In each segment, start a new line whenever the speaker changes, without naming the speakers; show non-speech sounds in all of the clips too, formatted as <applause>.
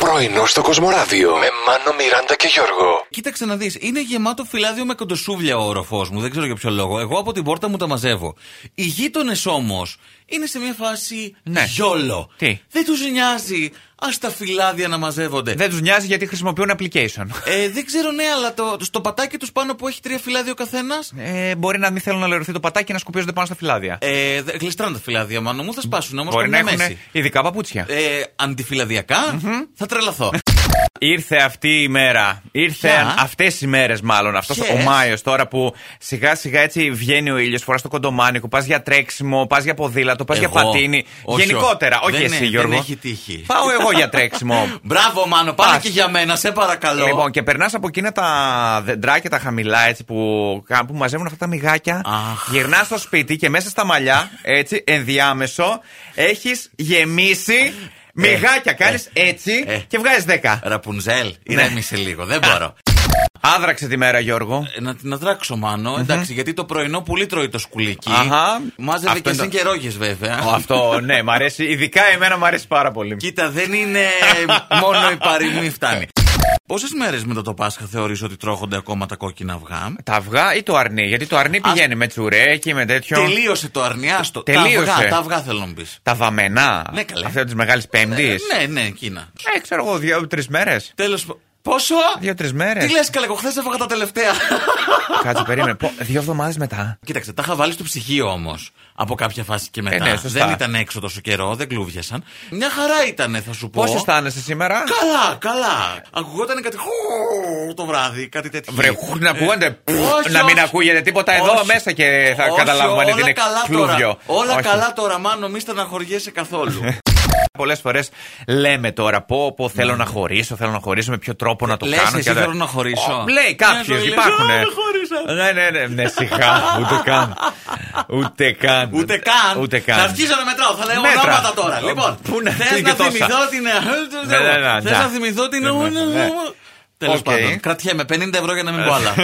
Πρωινό στο Κοσμοράδιο με Μάνο, Μιράντα και Γιώργο.
Κοίταξε να δεις, είναι γεμάτο φυλάδιο με κοντοσούβλια ο όροφο μου, δεν ξέρω για ποιο λόγο. Εγώ από την πόρτα μου τα μαζεύω. Οι γείτονες όμως είναι σε μια φάση
Ναι.
γιόλο.
Τι?
Δεν τους νοιάζει. Ας τα φυλάδια να μαζεύονται.
Δεν τους νοιάζει γιατί χρησιμοποιούν application.
Ε, δεν ξέρω, ναι, αλλά το, στο πατάκι τους πάνω που έχει τρία φυλάδια ο καθένας.
Ε, μπορεί να μην θέλουν να λερωθεί το πατάκι και να σκουπίζονται πάνω στα φυλάδια.
Ε, δε- γλιστράνε τα φυλάδια, μάνο μου, θα σπάσουν όμως
μπορεί να
καμιά
έχουν
μέση.
ειδικά παπούτσια.
Ε, αντιφυλαδιακά, θα τρελαθώ.
Ήρθε αυτή η μέρα. Ήρθαν
Ποια?
αυτές οι μέρες, μάλλον. Αυτός
Ποιες?
ο Μάιος τώρα που σιγά σιγά έτσι βγαίνει ο ήλιος, φοράς το κοντομάνικο, πας για τρέξιμο, πας για ποδήλατο, πας για
Εγώ.
πατίνι.
Όχι,
Γενικότερα,
όχι.
όχι
Δεν
εσύ,
είναι,
Γιώργο.
δεν έχει τύχει.
Πάω εγώ για
<laughs>
τρέξιμο.
Μπράβο, Μάνο, πάνε
Πας.
και για μένα, σε παρακαλώ.
Λοιπόν, και περνάς από εκείνα τα δεντράκια τα χαμηλά έτσι, που, που μαζεύουν αυτά τα μυγάκια.
Αχ.
Γυρνάς στο σπίτι και μέσα στα μαλλιά, έτσι, ενδιάμεσο, έχεις γεμίσει μυγάκια. Κάνει έτσι
ε.
και βγάζεις 10.
Ραπουνζέλ, ηρέμησε λίγο,
Ε.
δεν μπορώ.
Άδραξε τη μέρα, Γιώργο.
Ε, Να την αδράξω, μάνο. Εντάξει, γιατί το πρωινό πολύ τρώει το σκουλίκι.
Αχα.
Μάζευε
Αυτό
και
είναι
συν
το-
και ρόγες, βέβαια.
Ω, Αυτό, ναι, μ' αρέσει. Ειδικά εμένα μου αρέσει πάρα πολύ.
<laughs> Κοίτα, δεν είναι μόνο η παροιμία φτάνει. Πόσες μέρες μετά το Πάσχα θεωρείς ότι τρώχονται ακόμα τα κόκκινα αυγά.
Τα αυγά ή το αρνί, γιατί το αρνί πηγαίνει με τσουρέκι, με τέτοιο.
Τελείωσε το αρνιάστο.
Τελείωσε.
Τα αυγά, τα αυγά θέλω να πεις.
Τα βαμμένα.
Ναι, καλέ.
Αυτό τη Μεγάλη Πέμπτη.
Ναι, ναι, εκείνα.
Ε, ξέρω εγώ, δύο-τρει μέρες.
Τέλος. Πόσο?
Δύο-τρει μέρες.
Τι λες, καλά, εγώ χθες έφαγα τα τελευταία. <laughs>
Κάτσε, περίμενε. Πω, Δύο εβδομάδες μετά.
Κοίταξε, τα είχα βάλει στο ψυγείο όμως. Από κάποια φάση και μετά.
Ε, ναι, σωστά.
δεν ήταν έξω τόσο καιρό, δεν κλούβιασαν. Μια χαρά ήταν, θα σου πω.
Πώς αισθάνεσαι σήμερα,
Καλά, καλά. Ακουγόταν κάτι χου το βράδυ, κάτι τέτοιο.
Βρε, χου, να ακούγονται.
Ε,
Πφ,
όχι,
να μην
όχι.
ακούγεται τίποτα εδώ
Όχι.
μέσα και θα
Όχι,
καταλάβουμε αν
όλα
δεν είναι
καλά
κλούβιο.
Τώρα, όλα
Όχι.
καλά τώρα, μάνο, μη στεναχωριέσαι
<laughs>
καθόλου.
Πολλές φορές λέμε τώρα πω, πω θέλω να χωρίσω, θέλω να χωρίσω, με ποιο τρόπο να το
Ναι. Λες,
κάνω.
εσύ
και τα-
θέλω να χωρίσω. Ναι,
Ω, Λέει
Μια
κάποιο,
ζωή λες,
υπάρχουν.
«Α, χώρισα».
Ναι, ναι, ναι, ναι, σιγά, ούτε καν. Ούτε καν.
Ούτε καν.
Ούτε καν.
Να αρχίζω να μετράω. Θα λέω
Μέτρα.
ονόματα τώρα. Λοιπόν,
Πού να
θες
τι
να
και τόσα.
θυμηθώ την.
Ναι, ναι, ναι,
Θε
ναι.
να θυμηθώ την.
Ναι, ναι, ναι.
Τέλος
Οκ.
πάντων. Κρατιέμαι 50 ευρώ για να μην πω
<laughs>
άλλα.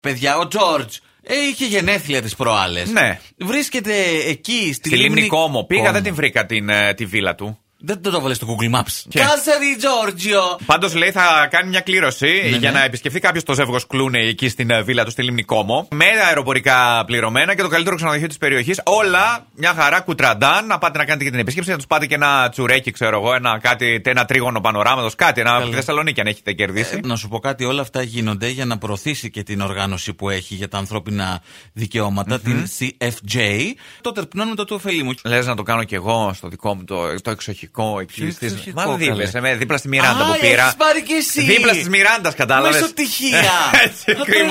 Παιδιά, ο Τζόρτζ ε, είχε γενέθλια τις προάλλες.
Ναι.
Βρίσκεται εκεί στη,
Στη λίμνη Κόμο. Πήγα,
Κόμο.
δεν την βρήκα την, ε, τη βίλα του.
Δεν το βάλε στο Google Maps.
Και.
Κάσερι Τζόρτζιο.
Πάντως λέει θα κάνει μια κλήρωση
Ναι,
για
ναι.
να επισκεφθεί κάποιος το ζεύγος Κλούνε εκεί στην ε, βίλα του στη Λίμνη Κόμο. Με αεροπορικά πληρωμένα και το καλύτερο ξενοδοχείο της περιοχής. Όλα μια χαρά κουτραντάν. Να πάτε να κάνετε και την επίσκεψη, να τους πάτε και ένα τσουρέκι, ξέρω εγώ, ένα, κάτι, ένα τρίγωνο πανοράματος, κάτι. Ένα από τη Θεσσαλονίκη αν έχετε κερδίσει.
Ε, Να σου πω κάτι, όλα αυτά γίνονται για να προωθήσει και την οργάνωση που έχει για τα ανθρωπινα δικαιώματα, την CFJ. Το τερπνώνουμε το του ωφελή μου.
Λες να το κάνω κι εγώ στο δικό μου το, το εξοχικό εκεί.
Ποιο
στις-
εξοχικό,
Μα
καλέ.
δίπλα, σε μέ- δίπλα στη Μιράντα
Α,
που πήρα.
έχεις πάρει κι εσύ.
Δίπλα στη Μιράντας, κατάλαβες.
Μέσω <laughs> τυχεία.
<laughs> Έτσι,
Θα
ακριβώς.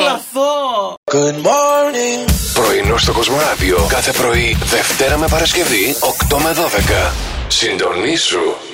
τρελαθώ.
Πρωινό στο Κοσμοράδιο κάθε πρωί, Δευτέρα με Παρασκευή, 8 με 12. Συντονίσου